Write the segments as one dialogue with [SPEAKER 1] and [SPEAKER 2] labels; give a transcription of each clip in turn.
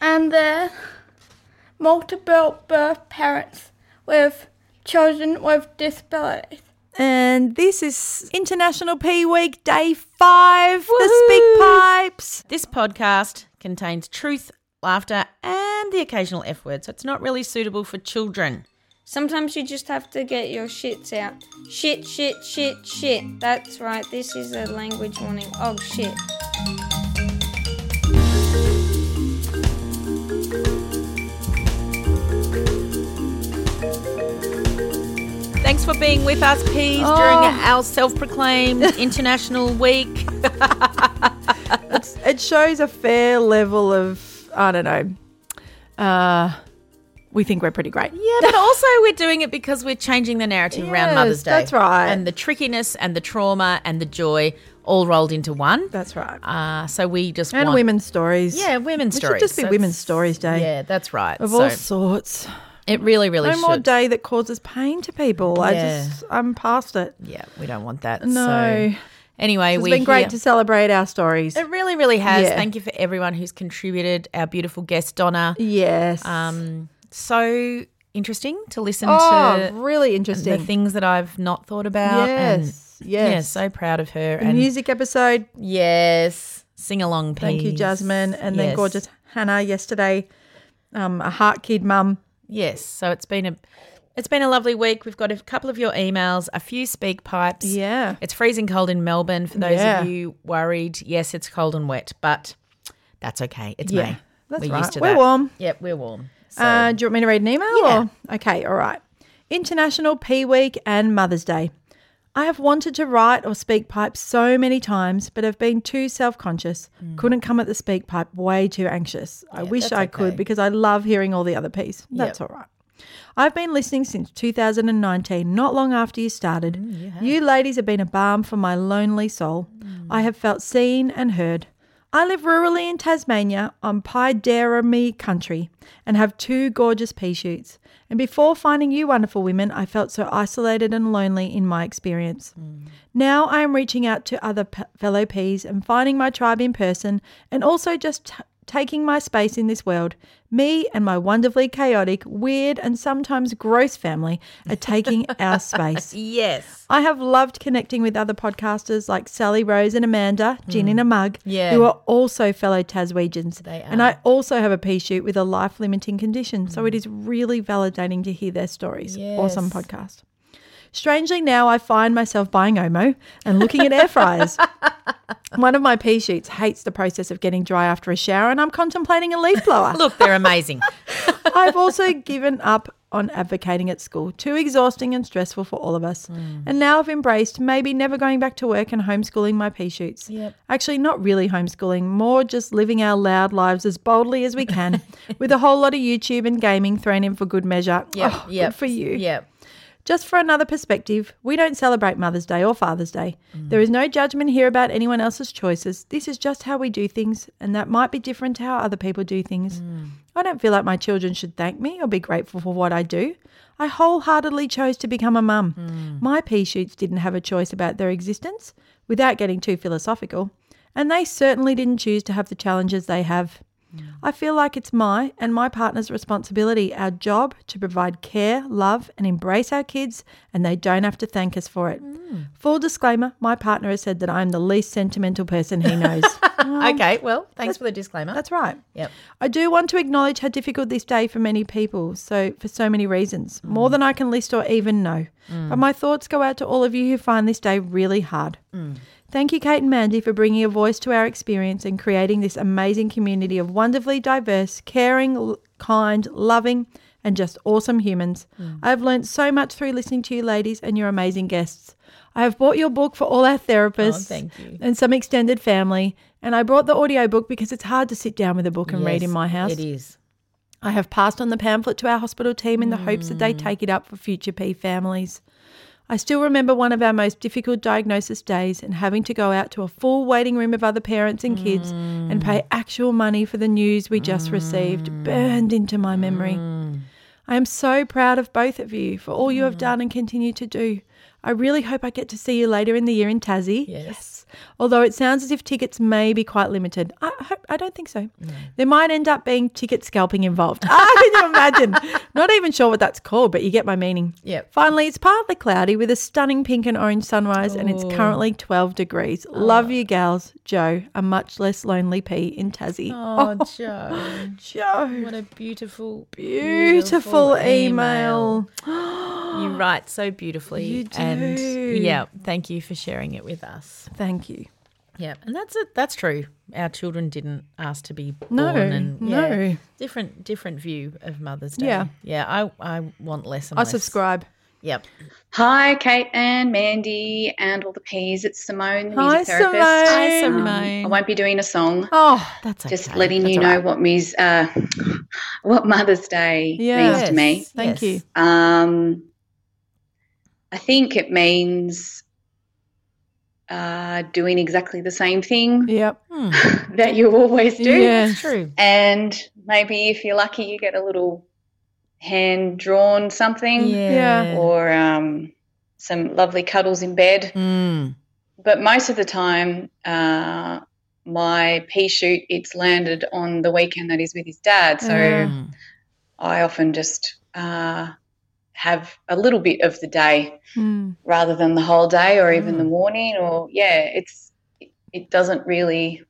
[SPEAKER 1] and their multiple birth parents with children with disabilities.
[SPEAKER 2] And this is International Pee Week, day five. The Speak Pipes.
[SPEAKER 3] This podcast contains truth, laughter, and the occasional F word, so it's not really suitable for children.
[SPEAKER 4] Sometimes you just have to get your shits out. Shit, shit, shit, shit. That's right, this is a language warning. Oh shit.
[SPEAKER 3] Thanks for being with us, Peas, during our self proclaimed International Week.
[SPEAKER 2] It shows a fair level of, I don't know, uh, we think we're pretty great.
[SPEAKER 3] Yeah, but also we're doing it because we're changing the narrative around
[SPEAKER 2] Yes,
[SPEAKER 3] Mother's Day.
[SPEAKER 2] that's right.
[SPEAKER 3] And the trickiness and the trauma and the joy all rolled into one.
[SPEAKER 2] That's right.
[SPEAKER 3] Uh, so we just
[SPEAKER 2] and
[SPEAKER 3] want-
[SPEAKER 2] women's stories.
[SPEAKER 3] Yeah, women's
[SPEAKER 2] We should
[SPEAKER 3] stories.
[SPEAKER 2] just be
[SPEAKER 3] So
[SPEAKER 2] Women's
[SPEAKER 3] it's-
[SPEAKER 2] Stories Day.
[SPEAKER 3] Yeah, that's right.
[SPEAKER 2] Of
[SPEAKER 3] So
[SPEAKER 2] all sorts.
[SPEAKER 3] it really, really
[SPEAKER 2] No
[SPEAKER 3] should.
[SPEAKER 2] more day that causes pain to people. I
[SPEAKER 3] Yeah.
[SPEAKER 2] just, I'm past it.
[SPEAKER 3] Yeah, we don't want that.
[SPEAKER 2] No.
[SPEAKER 3] So anyway,
[SPEAKER 2] It's
[SPEAKER 3] we
[SPEAKER 2] been great
[SPEAKER 3] here-
[SPEAKER 2] to celebrate our stories.
[SPEAKER 3] It really, really has.
[SPEAKER 2] Yeah.
[SPEAKER 3] Thank you for everyone who's contributed. Our beautiful guest Donna.
[SPEAKER 2] Yes.
[SPEAKER 3] Um, so interesting to listen
[SPEAKER 2] oh,
[SPEAKER 3] to
[SPEAKER 2] really
[SPEAKER 3] the
[SPEAKER 2] interesting.
[SPEAKER 3] things that I've not thought about. and-
[SPEAKER 2] yes. yes.
[SPEAKER 3] Yeah, so proud of her.
[SPEAKER 2] the
[SPEAKER 3] and
[SPEAKER 2] music episode.
[SPEAKER 3] yes, sing along.
[SPEAKER 2] Thank you,
[SPEAKER 3] piece.
[SPEAKER 2] Jasmine. And then
[SPEAKER 3] Yes.
[SPEAKER 2] gorgeous Hannah yesterday, um, a heart kid mum.
[SPEAKER 3] Yes, so it's been a it's been a lovely week. We've got a couple of your emails, a few speak pipes.
[SPEAKER 2] Yeah.
[SPEAKER 3] It's freezing cold in Melbourne for those
[SPEAKER 2] Yeah.
[SPEAKER 3] of you worried. Yes, it's cold and wet, but that's okay. It's
[SPEAKER 2] Yeah,
[SPEAKER 3] May.
[SPEAKER 2] that's
[SPEAKER 3] we're
[SPEAKER 2] right.
[SPEAKER 3] used to
[SPEAKER 2] We're
[SPEAKER 3] that.
[SPEAKER 2] warm.
[SPEAKER 3] Yep, we're warm. So
[SPEAKER 2] Uh, do you want me to read an email?
[SPEAKER 3] Yeah.
[SPEAKER 2] Or? Okay, all right. International Pee Week and Mother's Day. I have wanted to write or speak pipe so many times, but have been too self conscious.
[SPEAKER 3] Mm.
[SPEAKER 2] Couldn't come at the speak pipe, way too anxious. I wish I could because I love hearing all the other piece. That's all right. I've been listening since 2019, not long after you started. Mm, you, ladies have been a balm for my lonely soul. I have felt seen and heard. I live rurally in Tasmania on Pydaramee country and have two gorgeous pea shoots. And before finding you wonderful women, I felt so isolated and lonely in my experience. Now I am reaching out to other p- fellow peas and finding my tribe in person and also just t- taking my space in this world. Me and my wonderfully chaotic, weird, and sometimes gross family are taking our space.
[SPEAKER 3] yes,
[SPEAKER 2] I have loved connecting with other podcasters like Sally Rose and Amanda, Gin in a Mug,
[SPEAKER 3] Mm. Yeah.
[SPEAKER 2] who are also fellow Taswegians.
[SPEAKER 3] They
[SPEAKER 2] And
[SPEAKER 3] are. Mm.
[SPEAKER 2] I also have a pea shoot with a life limiting condition. So it is really validating to hear their stories. Awesome
[SPEAKER 3] Yes.
[SPEAKER 2] podcast. Strangely, now I find myself buying Omo and looking at air fryers. One of my pea shoots hates the process of getting dry after a shower, and I'm contemplating a leaf blower.
[SPEAKER 3] look, they're amazing.
[SPEAKER 2] I've also given up on advocating at school. Too exhausting and stressful for all of us.
[SPEAKER 3] Mm.
[SPEAKER 2] And now I've embraced maybe never going back to work and homeschooling my pea shoots. Actually, not really homeschooling, more just living our loud lives as boldly as we can, with a whole lot of YouTube and gaming thrown in for good measure.
[SPEAKER 3] Yep,
[SPEAKER 2] Oh,
[SPEAKER 3] yep,
[SPEAKER 2] good for you.
[SPEAKER 3] Yep.
[SPEAKER 2] Just for another perspective, we don't celebrate Mother's Day or Father's Day. There is no judgment here about anyone else's choices. This is just how we do things, and that might be different to how other people do things. I don't feel like my children should thank me or be grateful for what I do. I wholeheartedly chose to become a mum. My pea shoots didn't have a choice about their existence, without getting too philosophical, and they certainly didn't choose to have the challenges they have. I feel like it's my and my partner's responsibility, our job, to provide care, love, and embrace our kids, and they don't have to thank us for it. Full disclaimer my partner has said that I'm the least sentimental person he knows. Oh,
[SPEAKER 3] okay, well, thanks for the disclaimer.
[SPEAKER 2] That's right.
[SPEAKER 3] Yep.
[SPEAKER 2] I do want to acknowledge how difficult this day for many people, so for so many reasons, more than I can list or even know. But my thoughts go out to all of you who find this day really hard. Thank you, Kate and Mandy, for bringing a voice to our experience and creating this amazing community of wonderfully diverse, caring, l- kind, loving, and just awesome humans.
[SPEAKER 3] Mm.
[SPEAKER 2] I have learned so much through listening to you ladies and your amazing guests. I have bought your book for all our therapists
[SPEAKER 3] Oh, thank you.
[SPEAKER 2] and some extended family, and I brought the audiobook because it's hard to sit down with a book and read
[SPEAKER 3] Yes,
[SPEAKER 2] in my house.
[SPEAKER 3] It is.
[SPEAKER 2] I have passed on the pamphlet to our hospital team in the hopes that they
[SPEAKER 3] Mm.
[SPEAKER 2] take it up for future P families. I still remember one of our most difficult diagnosis days and having to go out to a full waiting room of other parents and kids and pay
[SPEAKER 3] Mm.
[SPEAKER 2] actual money for the news we just received burned into my memory.
[SPEAKER 3] Mm.
[SPEAKER 2] I am so proud of both of you for all you have done and continue to do. I really hope I get to see you later in the year in Tassie.
[SPEAKER 3] Yes.
[SPEAKER 2] Although it sounds as if tickets may be quite limited. I hope, I don't think so. There might end up being ticket scalping involved. I can imagine. Not even sure what that's called, but you get my meaning.
[SPEAKER 3] Yep.
[SPEAKER 2] Finally, it's partly cloudy with a stunning pink and orange sunrise, and it's currently 12 degrees. Love you, gals. Joe, a much less lonely pea in Tassie.
[SPEAKER 3] Oh, Joe.
[SPEAKER 2] Joe.
[SPEAKER 3] What a beautiful,
[SPEAKER 2] Beautiful email.
[SPEAKER 3] You write so beautifully.
[SPEAKER 2] You
[SPEAKER 3] And
[SPEAKER 2] do.
[SPEAKER 3] yeah, thank you for sharing it with us.
[SPEAKER 2] Thank you.
[SPEAKER 3] Yeah, and that's it. That's true. Our children didn't ask to be born.
[SPEAKER 2] No,
[SPEAKER 3] and, yeah,
[SPEAKER 2] no.
[SPEAKER 3] different different view of Mother's Day.
[SPEAKER 2] Yeah.
[SPEAKER 3] yeah. I I want less and
[SPEAKER 2] I
[SPEAKER 3] less.
[SPEAKER 2] subscribe.
[SPEAKER 3] Yep.
[SPEAKER 5] Hi, Kate and Mandy and all the peas. It's Simone, the
[SPEAKER 2] Hi,
[SPEAKER 5] music therapist.
[SPEAKER 2] Simone. Hi,
[SPEAKER 5] Um, I won't be doing a song.
[SPEAKER 2] Oh,
[SPEAKER 3] That's okay.
[SPEAKER 5] Just letting
[SPEAKER 3] That's
[SPEAKER 5] you
[SPEAKER 3] all
[SPEAKER 5] know
[SPEAKER 3] right.
[SPEAKER 5] what me's, uh, what Mother's Day means
[SPEAKER 2] Yes.
[SPEAKER 5] to me.
[SPEAKER 2] Thank you.
[SPEAKER 5] Um, I think it means uh, doing exactly the same thing
[SPEAKER 2] yep.
[SPEAKER 3] Hmm,
[SPEAKER 5] that you always do.
[SPEAKER 2] Yes.
[SPEAKER 3] That's true.
[SPEAKER 5] And maybe if you're lucky, you get a little hand drawn something
[SPEAKER 2] Yeah.
[SPEAKER 5] or um, some lovely cuddles in bed.
[SPEAKER 3] Mm.
[SPEAKER 5] But most of the time, uh, my pea shoot it's landed on the weekend that he's with his dad. So
[SPEAKER 3] Mm.
[SPEAKER 5] I often just uh, have a little bit of the day
[SPEAKER 2] Mm.
[SPEAKER 5] rather than the whole day or even
[SPEAKER 3] Mm.
[SPEAKER 5] the morning. Or yeah, it's it doesn't really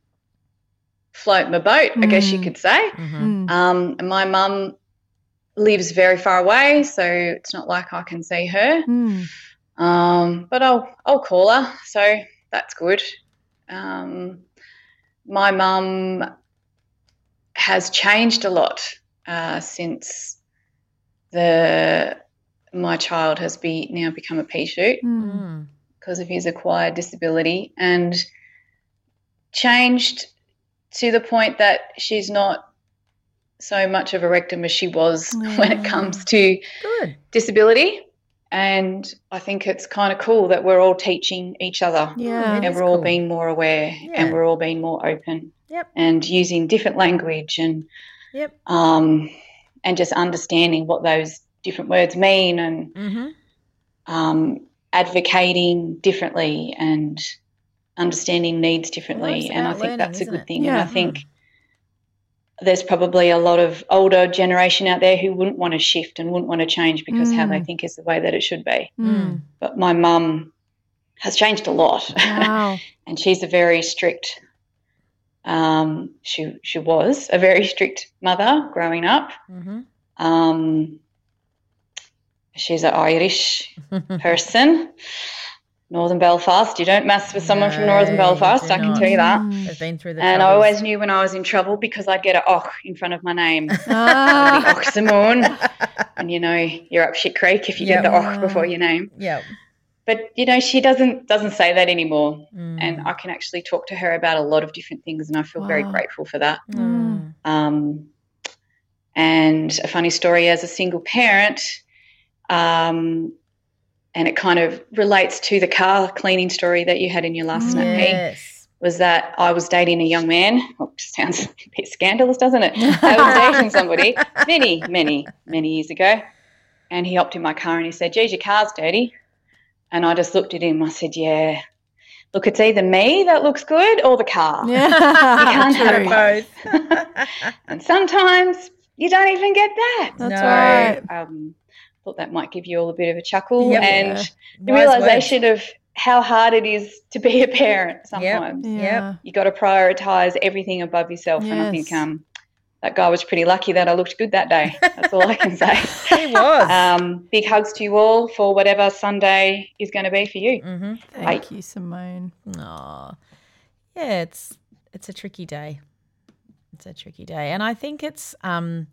[SPEAKER 5] float my boat, I guess you
[SPEAKER 2] Mm.
[SPEAKER 5] could say.
[SPEAKER 3] Mhm.
[SPEAKER 2] Mm.
[SPEAKER 5] Um, and my mum lives very far away, so it's not like I can see her.
[SPEAKER 2] Mm.
[SPEAKER 5] Um, but I'll I'll call her, so that's good. Um, my mum has changed a lot uh, since the my child has be now become a pea shoot
[SPEAKER 2] Mm.
[SPEAKER 3] Mm.
[SPEAKER 5] because of his acquired disability and changed to the point that she's not so much of a rectum as she was when it
[SPEAKER 2] Yeah.
[SPEAKER 5] comes to
[SPEAKER 3] Good.
[SPEAKER 5] disability. And I think it's kind of cool that we're all teaching each other
[SPEAKER 2] Yeah.
[SPEAKER 3] it
[SPEAKER 5] and
[SPEAKER 3] is
[SPEAKER 5] we're all
[SPEAKER 3] cool.
[SPEAKER 5] being more aware
[SPEAKER 3] Yeah.
[SPEAKER 5] and we're all being more open
[SPEAKER 3] Yep.
[SPEAKER 5] and using different language and
[SPEAKER 3] Yep.
[SPEAKER 5] um, and just understanding what those different words mean and
[SPEAKER 3] Mm-hmm.
[SPEAKER 5] um, advocating differently and understanding needs differently.
[SPEAKER 3] it's
[SPEAKER 5] and I
[SPEAKER 3] about
[SPEAKER 5] think
[SPEAKER 3] learning,
[SPEAKER 5] that's a
[SPEAKER 3] isn't
[SPEAKER 5] good
[SPEAKER 3] it?
[SPEAKER 5] thing.
[SPEAKER 2] Yeah.
[SPEAKER 5] And I think there's probably a lot of older generation out there who wouldn't want to shift and wouldn't want to change because how they think is the way that it should be.
[SPEAKER 2] Mm.
[SPEAKER 5] But my mum has changed a lot,
[SPEAKER 2] Wow.
[SPEAKER 5] and she's a very strict. Um, she she was a very strict mother growing up.
[SPEAKER 3] Mm-hmm.
[SPEAKER 5] Um, she's an Irish
[SPEAKER 3] Mm-hmm.
[SPEAKER 5] person, Northern Belfast. You don't mess with someone from Northern
[SPEAKER 3] No, you
[SPEAKER 5] Belfast,
[SPEAKER 3] do
[SPEAKER 5] I can
[SPEAKER 3] not.
[SPEAKER 5] tell you that.
[SPEAKER 2] Hmm.
[SPEAKER 3] I've been through the.
[SPEAKER 5] And I
[SPEAKER 3] troubles.
[SPEAKER 5] always knew when I was in trouble because I'd get a och in front of my name. I'd be
[SPEAKER 2] Ah.
[SPEAKER 5] och Simone. And you know, you're up shit creek if you get
[SPEAKER 3] Yeah.
[SPEAKER 5] the och before your name.
[SPEAKER 3] Yeah.
[SPEAKER 5] But you know, she doesn't doesn't say that anymore.
[SPEAKER 3] Mm.
[SPEAKER 5] And I can actually talk to her about a lot of different things and I feel very
[SPEAKER 2] Wow.
[SPEAKER 5] grateful for that.
[SPEAKER 3] Mm.
[SPEAKER 5] Um, and a funny story as a single parent, um, and it kind of relates to the car cleaning story that you had in your last snack meet,
[SPEAKER 3] Yes.
[SPEAKER 5] was that I was dating a young man. Oh, sounds a bit scandalous, doesn't it? I was dating somebody many, many, many years ago, and he hopped in my car and he said, Geez, your car's dirty. And I just looked at him. I said, Yeah, look, it's either me that looks good or the car. You
[SPEAKER 2] Yeah.
[SPEAKER 5] can't have it
[SPEAKER 2] True.
[SPEAKER 5] both. and sometimes you don't even get that.
[SPEAKER 2] That's
[SPEAKER 3] No.
[SPEAKER 2] right.
[SPEAKER 5] Um, thought that might give you all a bit of a chuckle
[SPEAKER 3] Yep.
[SPEAKER 5] and
[SPEAKER 2] Yeah.
[SPEAKER 5] the realization of how hard it is to be a parent sometimes.
[SPEAKER 2] Yeah.
[SPEAKER 5] you got to prioritize everything above yourself. And I think
[SPEAKER 2] Yes.
[SPEAKER 5] um, that guy was pretty lucky that I looked good that day. That's all I can say.
[SPEAKER 3] He was.
[SPEAKER 5] Um, big hugs to you all for whatever Sunday is going to be for you.
[SPEAKER 3] mm-hmm.
[SPEAKER 2] Thank you, Simone.
[SPEAKER 3] Aw. Yeah, it's it's a tricky day. It's a tricky day. And I think it's um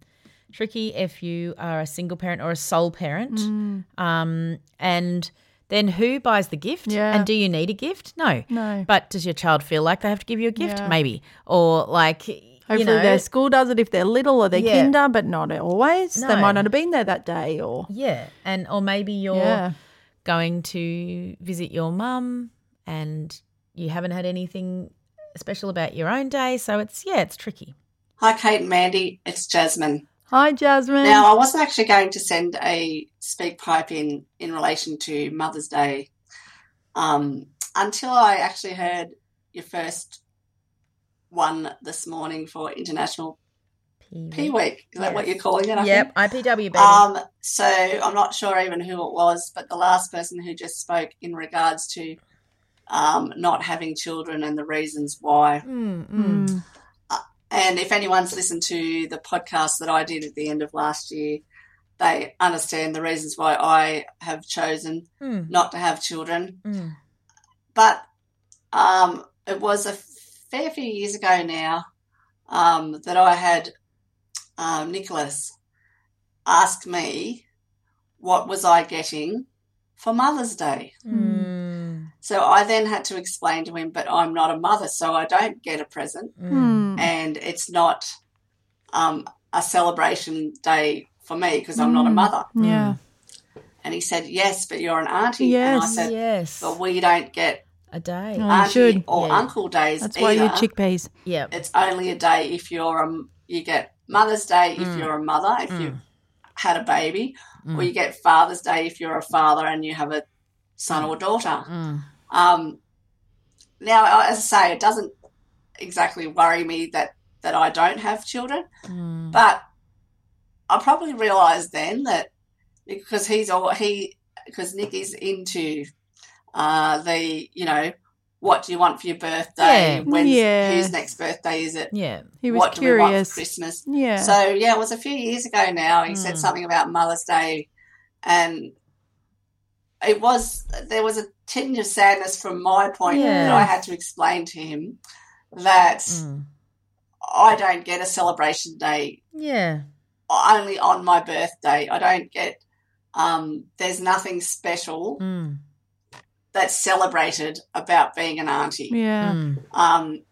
[SPEAKER 3] tricky if you are a single parent or a sole parent.
[SPEAKER 2] Hmm.
[SPEAKER 3] Um and then who buys the gift?
[SPEAKER 2] Yeah.
[SPEAKER 3] And do you need a gift? No.
[SPEAKER 2] No.
[SPEAKER 3] But does your child feel like they have to give you a gift?
[SPEAKER 2] Yeah.
[SPEAKER 3] Maybe. Or like
[SPEAKER 2] Hopefully
[SPEAKER 3] you know,
[SPEAKER 2] their school does it if they're little or they're
[SPEAKER 3] Yeah.
[SPEAKER 2] kinder, but not always. They
[SPEAKER 3] No.
[SPEAKER 2] might not have been there that day or
[SPEAKER 3] Yeah. And or maybe you're
[SPEAKER 2] Yeah.
[SPEAKER 3] going to visit your mum and you haven't had anything special about your own day. So it's yeah, it's tricky.
[SPEAKER 6] Hi, Kate and Mandy. It's Jasmine.
[SPEAKER 2] Hi Jasmine.
[SPEAKER 6] Now, I wasn't actually going to send a speak pipe in in relation to Mother's Day um, until I actually heard your first one this morning for International P Week. Is that what
[SPEAKER 3] Mm-hmm. Yes.
[SPEAKER 6] you're calling it? I
[SPEAKER 3] Yep,
[SPEAKER 6] think?
[SPEAKER 3] IPW baby.
[SPEAKER 6] Um, so I'm not sure even who it was, but the last person who just spoke in regards to um, not having children and the reasons why.
[SPEAKER 3] Mm, mm.
[SPEAKER 2] Mm.
[SPEAKER 6] And if anyone's listened to the podcast that I did at the end of last year, they understand the reasons why I have chosen
[SPEAKER 2] Hmm.
[SPEAKER 3] Mm.
[SPEAKER 6] not to have children.
[SPEAKER 3] Mm.
[SPEAKER 6] But um, it was a fair few years ago now um, that I had um, Nicholas ask me what was I getting for Mother's Day.
[SPEAKER 3] Mm.
[SPEAKER 6] So I then had to explain to him, but I'm not a mother, so I don't get a present
[SPEAKER 3] Mm.
[SPEAKER 2] Mm.
[SPEAKER 6] and it's not um, a celebration day for me because I'm not a
[SPEAKER 2] Mm.
[SPEAKER 6] mother.
[SPEAKER 2] Yeah.
[SPEAKER 6] And he said, Yes, but you're an auntie. And I
[SPEAKER 2] Yes.
[SPEAKER 6] said,
[SPEAKER 3] Yes,
[SPEAKER 6] But we don't get
[SPEAKER 3] a day.
[SPEAKER 2] Oh, you
[SPEAKER 6] auntie
[SPEAKER 2] should.
[SPEAKER 6] or
[SPEAKER 3] Yeah.
[SPEAKER 6] uncle days
[SPEAKER 2] That's
[SPEAKER 6] either.
[SPEAKER 2] why you chickpeas.
[SPEAKER 3] Yep.
[SPEAKER 6] It's only a day if you're a, m- you get Mother's Day
[SPEAKER 2] Mm.
[SPEAKER 6] if you're a mother, if you had a baby, or you get Father's Day if you're a father and you have a son or daughter.
[SPEAKER 2] Mm-hmm.
[SPEAKER 3] Mm.
[SPEAKER 6] Um, now, I- as I say, it doesn't exactly worry me that that I don't have children,
[SPEAKER 3] Mm.
[SPEAKER 6] but I probably realised then that because he's all he because Nick is into uh, the you know what do you want for your birthday?
[SPEAKER 3] Yeah.
[SPEAKER 6] When's
[SPEAKER 2] Yeah.
[SPEAKER 6] whose next birthday is it?
[SPEAKER 3] Yeah.
[SPEAKER 2] He was
[SPEAKER 6] what do we want for
[SPEAKER 2] curious.
[SPEAKER 6] Christmas?
[SPEAKER 2] Yeah. Hmm.
[SPEAKER 6] So yeah, it was a few years ago now. He said
[SPEAKER 3] Mm.
[SPEAKER 6] something about Mother's Day, and it was there was a tinge of sadness from my point that I
[SPEAKER 3] Yeah.
[SPEAKER 6] had to explain to him that
[SPEAKER 2] Hmm.
[SPEAKER 3] Mm.
[SPEAKER 6] I don't get a celebration day
[SPEAKER 3] Yeah.
[SPEAKER 6] only on my birthday. I don't get um, there's nothing special
[SPEAKER 3] Mm.
[SPEAKER 6] that's celebrated about being an auntie.
[SPEAKER 2] yeah.
[SPEAKER 3] Mm.
[SPEAKER 6] Um,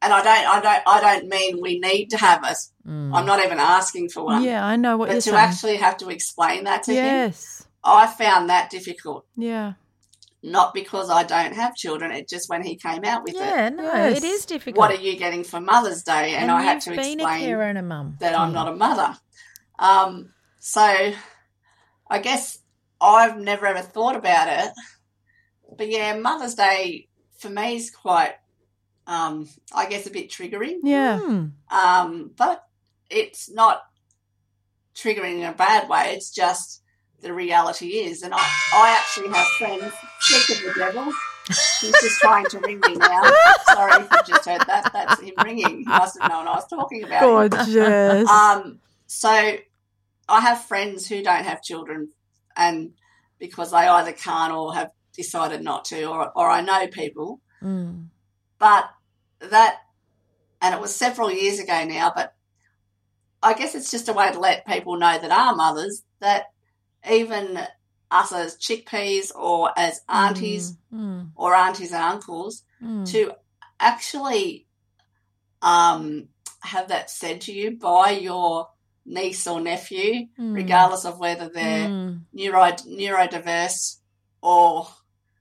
[SPEAKER 6] and I don't, I don't, I don't mean we need to have us.
[SPEAKER 3] Mm.
[SPEAKER 6] I'm not even asking for one.
[SPEAKER 2] Yeah, I know
[SPEAKER 6] mm.
[SPEAKER 2] what
[SPEAKER 6] but
[SPEAKER 2] you're
[SPEAKER 6] to
[SPEAKER 2] saying.
[SPEAKER 6] actually have to explain that to him,
[SPEAKER 2] yes.
[SPEAKER 6] I found that difficult.
[SPEAKER 2] Yeah.
[SPEAKER 6] Not because I don't have children, it just when he came out with
[SPEAKER 3] Yeah. No,
[SPEAKER 2] Yes.
[SPEAKER 3] it is difficult.
[SPEAKER 6] it. What are you getting for Mother's Day? And, I had
[SPEAKER 3] you've
[SPEAKER 6] to
[SPEAKER 3] been a carer
[SPEAKER 6] explain
[SPEAKER 3] and a mum.
[SPEAKER 6] that I'm not a mother. Um, so I guess I've never ever thought about it. But yeah, Mother's Day for me is quite, um, I guess, a bit triggering.
[SPEAKER 2] Yeah.
[SPEAKER 3] Mm.
[SPEAKER 6] Um, but it's not triggering in a bad way. It's just the reality is, and I, I actually have friends. Think of the devil. He's just trying to ring me now. Sorry if you just heard that. That's him ringing. He must have known I was talking about him.
[SPEAKER 2] Gorgeous.
[SPEAKER 6] Mm, Um, so I have friends who don't have children, and because they either can't or have decided not to, or, or I know people
[SPEAKER 3] Mm.
[SPEAKER 6] but that and it was several years ago now but i guess it's just a way to let people know that are mothers that even us as chickpeas or as aunties
[SPEAKER 3] Mm.
[SPEAKER 6] or aunties and uncles
[SPEAKER 3] Mm.
[SPEAKER 6] to actually um, have that said to you by your niece or nephew
[SPEAKER 3] Mm.
[SPEAKER 6] regardless of whether they're
[SPEAKER 3] Mm.
[SPEAKER 6] neuro- neurodiverse or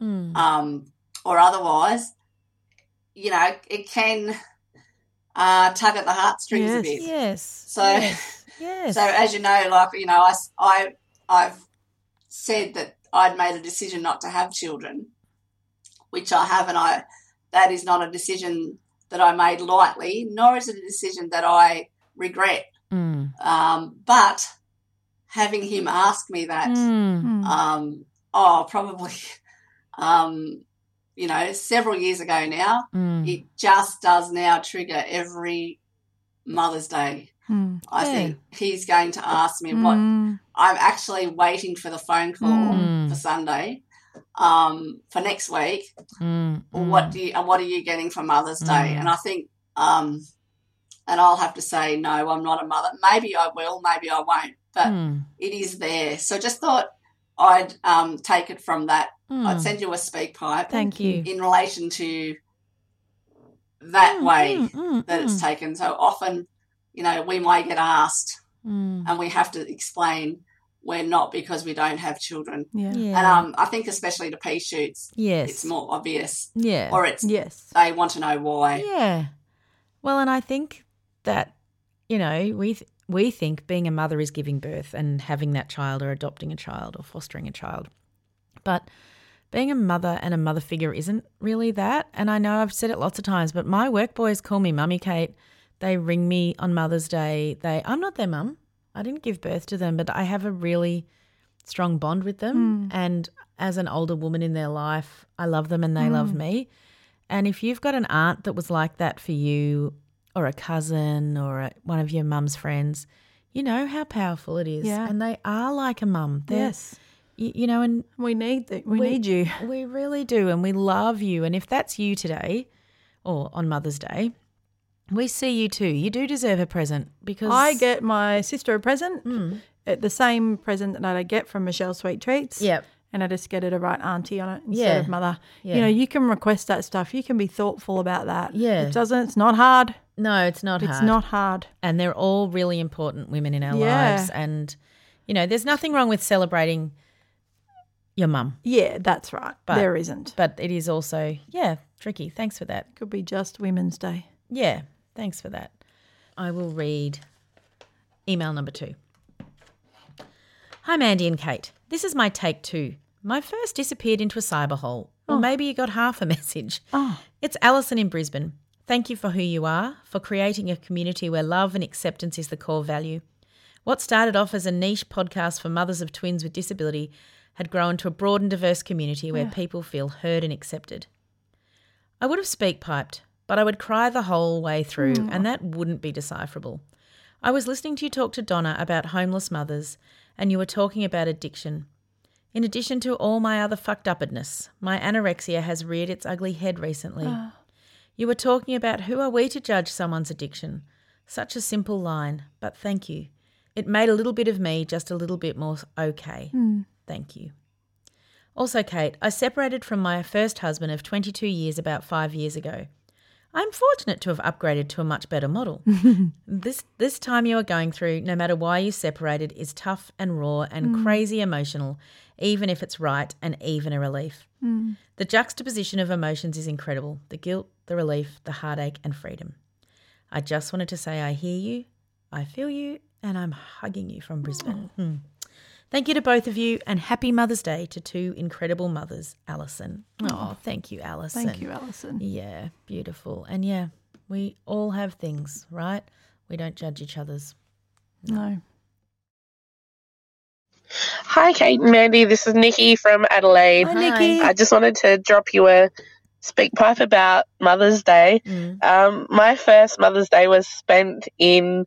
[SPEAKER 3] Mm.
[SPEAKER 6] um, or otherwise, you know, it can uh, tug at the heartstrings
[SPEAKER 2] Yes.
[SPEAKER 6] a bit.
[SPEAKER 3] Yes.
[SPEAKER 6] So-
[SPEAKER 3] yes. yes.
[SPEAKER 6] So, as you know, like you know, I, I I've said that I'd made a decision not to have children, which I have, and I that is not a decision that I made lightly, nor is it a decision that I regret.
[SPEAKER 3] Mm.
[SPEAKER 6] Um, but having him ask me that
[SPEAKER 3] Mm.
[SPEAKER 2] Mm.
[SPEAKER 6] um, oh, probably um, you know, several years ago now.
[SPEAKER 3] Mm.
[SPEAKER 6] It just does now trigger every Mother's Day.
[SPEAKER 2] Mm.
[SPEAKER 6] I
[SPEAKER 3] Hmm. Yeah.
[SPEAKER 6] think he's going to ask me what
[SPEAKER 2] Mm.
[SPEAKER 6] I'm actually waiting for the phone call
[SPEAKER 3] Mm.
[SPEAKER 6] for Sunday um, for next week.
[SPEAKER 3] Mm.
[SPEAKER 6] What do you and what are you getting for Mother's Day?
[SPEAKER 3] Mm.
[SPEAKER 6] And I think, um, and I'll have to say no, I'm not a mother. Maybe I will, maybe I won't, but
[SPEAKER 3] Mm.
[SPEAKER 6] it is there. So just thought I'd um, take it from that. I'd
[SPEAKER 3] Mm.
[SPEAKER 6] send you a speak pipe
[SPEAKER 3] Thank you.
[SPEAKER 6] in relation to that
[SPEAKER 3] Mm,
[SPEAKER 6] way
[SPEAKER 3] mm, mm,
[SPEAKER 6] that it's
[SPEAKER 3] mm,
[SPEAKER 6] taken. So often, you know, we might get asked
[SPEAKER 3] mm.
[SPEAKER 6] and we have to explain we're not because we don't have children.
[SPEAKER 2] Yeah.
[SPEAKER 3] Yeah.
[SPEAKER 6] And um, I think especially to pea shoots,
[SPEAKER 3] yes.
[SPEAKER 6] it's more obvious,
[SPEAKER 3] Yeah.
[SPEAKER 6] or it's
[SPEAKER 2] Yes.
[SPEAKER 6] they want to know why.
[SPEAKER 3] Yeah. Well, and I think that you know we th- we think being a mother is giving birth and having that child or adopting a child or fostering a child, but being a mother and a mother figure isn't really that. And I know I've said it lots of times, but my work boys call me Mummy Kate. They ring me on Mother's Day. They I'm not their mum. I didn't give birth to them, but I have a really strong bond with
[SPEAKER 2] Hmm.
[SPEAKER 3] them. And as an older woman in their life, I love them and
[SPEAKER 2] Hmm.
[SPEAKER 3] they love me. And if you've got an aunt that was like that for you, or a cousin, or a, one of your mum's friends, you know how powerful it is.
[SPEAKER 2] Yeah.
[SPEAKER 3] And they are like a mum. They're-
[SPEAKER 2] Yes.
[SPEAKER 6] mm.
[SPEAKER 3] You, you know, and
[SPEAKER 2] We need the, we, need you.
[SPEAKER 3] we really do, and we love you. And if that's you today, or on Mother's Day, we see you too. You do deserve a present because
[SPEAKER 2] I get my sister a present,
[SPEAKER 6] Mm.
[SPEAKER 2] uh, the same present that I get from Michelle Sweet Treats.
[SPEAKER 3] Yep.
[SPEAKER 2] And I just get it a right auntie on it instead
[SPEAKER 3] Yeah.
[SPEAKER 2] of mother.
[SPEAKER 3] Yeah.
[SPEAKER 2] You know, you can request that stuff. You can be thoughtful about that.
[SPEAKER 3] Yeah.
[SPEAKER 2] It doesn't, it's not hard.
[SPEAKER 3] No, it's not
[SPEAKER 2] It's
[SPEAKER 3] hard.
[SPEAKER 2] not hard.
[SPEAKER 3] and they're all really important women in our
[SPEAKER 2] Yeah.
[SPEAKER 3] lives. And you know, there's nothing wrong with celebrating your mum,
[SPEAKER 2] Yeah, that's right.
[SPEAKER 3] But-
[SPEAKER 2] there isn't.
[SPEAKER 3] but it is also yeah tricky. Thanks for that.
[SPEAKER 2] Could be just Women's Day.
[SPEAKER 3] Yeah, thanks for that. I will read email number two. Hi, Mandy and Kate. This is my take two. My first disappeared into a cyber hole. Or maybe you got half a message.
[SPEAKER 2] Oh.
[SPEAKER 3] It's Alison in Brisbane. Thank you for who you are, for creating a community where love and acceptance is the core value. What started off as a niche podcast for mothers of twins with disability had grown to a broad and diverse community where people feel heard and accepted. I would have speak piped, but I would cry the whole way through, and that wouldn't be decipherable. I was listening to you talk to Donna about homeless mothers, and you were talking about addiction. In addition to all my other fucked upness, my anorexia has reared its ugly head recently. You were talking about who are we to judge someone's addiction? Such a simple line, but thank you. It made a little bit of me just a little bit more okay. Thank you. Also, Kate, I separated from my first husband of 22 years about five years ago. I'm fortunate to have upgraded to a much better model. this this time you are going through, no matter why you separated, is tough and raw and
[SPEAKER 2] Mm.
[SPEAKER 3] crazy emotional, even if it's right and even a relief.
[SPEAKER 2] Mm.
[SPEAKER 3] The juxtaposition of emotions is incredible the guilt, the relief, the heartache, and freedom. I just wanted to say I hear you, I feel you, and I'm hugging you from Brisbane. Hmm. Thank you to both of you, and happy Mother's Day to two incredible mothers, Alison. Oh, thank you, Alison.
[SPEAKER 2] Thank you, Alison.
[SPEAKER 3] Yeah, beautiful. And yeah, we all have things, right? We don't judge each other's.
[SPEAKER 2] No.
[SPEAKER 7] Hi, Kate and Mandy. This is Nikki from Adelaide.
[SPEAKER 2] Hi, Nikki.
[SPEAKER 7] I just wanted to drop you a speak pipe about Mother's Day.
[SPEAKER 3] Mm.
[SPEAKER 7] Um, my first Mother's Day was spent in